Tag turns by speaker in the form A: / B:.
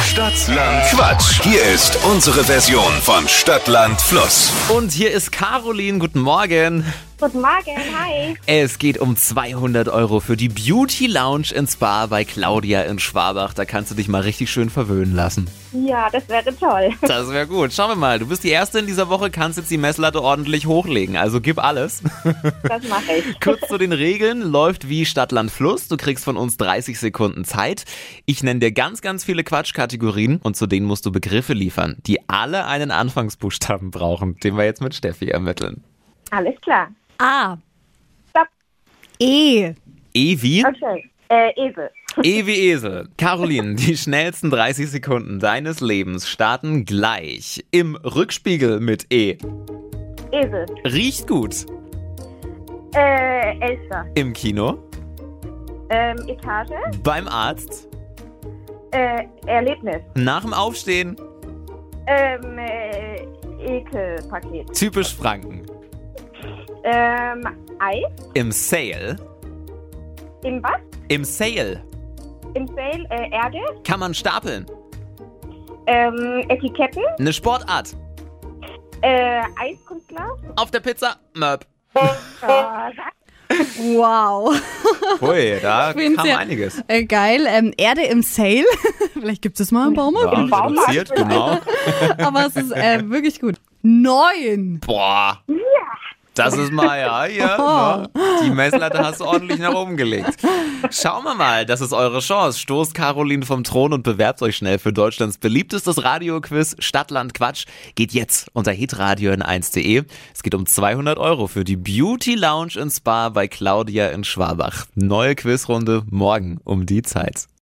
A: Stadtland Quatsch. Hier ist unsere Version von Stadtland Fluss.
B: Und hier ist Caroline. Guten Morgen.
C: Guten Morgen, hi.
B: Es geht um 200 Euro für die Beauty Lounge in Spa bei Claudia in Schwabach. Da kannst du dich mal richtig schön verwöhnen lassen.
C: Ja, das wäre toll.
B: Das wäre gut. Schauen wir mal. Du bist die Erste in dieser Woche, kannst jetzt die Messlatte ordentlich hochlegen. Also gib alles.
C: Das mache ich.
B: Kurz zu den Regeln. Läuft wie Stadtland Fluss. Du kriegst von uns 30 Sekunden Zeit. Ich nenne dir ganz, ganz viele Quatschkategorien und zu denen musst du Begriffe liefern, die alle einen Anfangsbuchstaben brauchen, den wir jetzt mit Steffi ermitteln.
C: Alles klar.
D: A.
C: Stopp.
D: E.
B: E wie?
C: Okay. Äh, Esel.
B: E wie Esel. Caroline, die schnellsten 30 Sekunden deines Lebens starten gleich im Rückspiegel mit E.
C: Esel.
B: Riecht gut.
C: Äh, Elster.
B: Im Kino,
C: Ähm, Etage.
B: beim Arzt,
C: Äh, Erlebnis.
B: nach dem Aufstehen,
C: Ähm, äh, Ekelpaket.
B: typisch Franken,
C: Ähm, Eis.
B: im Sale,
C: Im was?
B: im Sale
C: Im Sale. Äh, Erde.
B: kann man stapeln,
C: Ähm, Etiketten.
B: eine Sportart,
C: Äh, Eiskunstler.
B: auf der Pizza, Möb.
C: Äh,
D: Wow.
B: Hui, da
D: find's ja- Äh, geil. Ähm, Erde im Sale. Vielleicht gibt es mal im Baumarkt.
C: Im Baumarkt. reduziert,
B: genau.
D: Aber es ist äh, wirklich gut. Neun.
B: Boah. Das ist mal, ja, ja. ne? Die Messlatte hast du ordentlich nach oben gelegt. Schauen wir mal, das ist eure Chance. Stoßt Caroline vom Thron und bewerbt euch schnell für Deutschlands beliebtestes Radioquiz Stadtland Quatsch. Geht jetzt unter hitradio in 1.de. Es geht um 200 Euro für die Beauty Lounge in Spa bei Claudia in Schwabach. Neue Quizrunde morgen um die Zeit.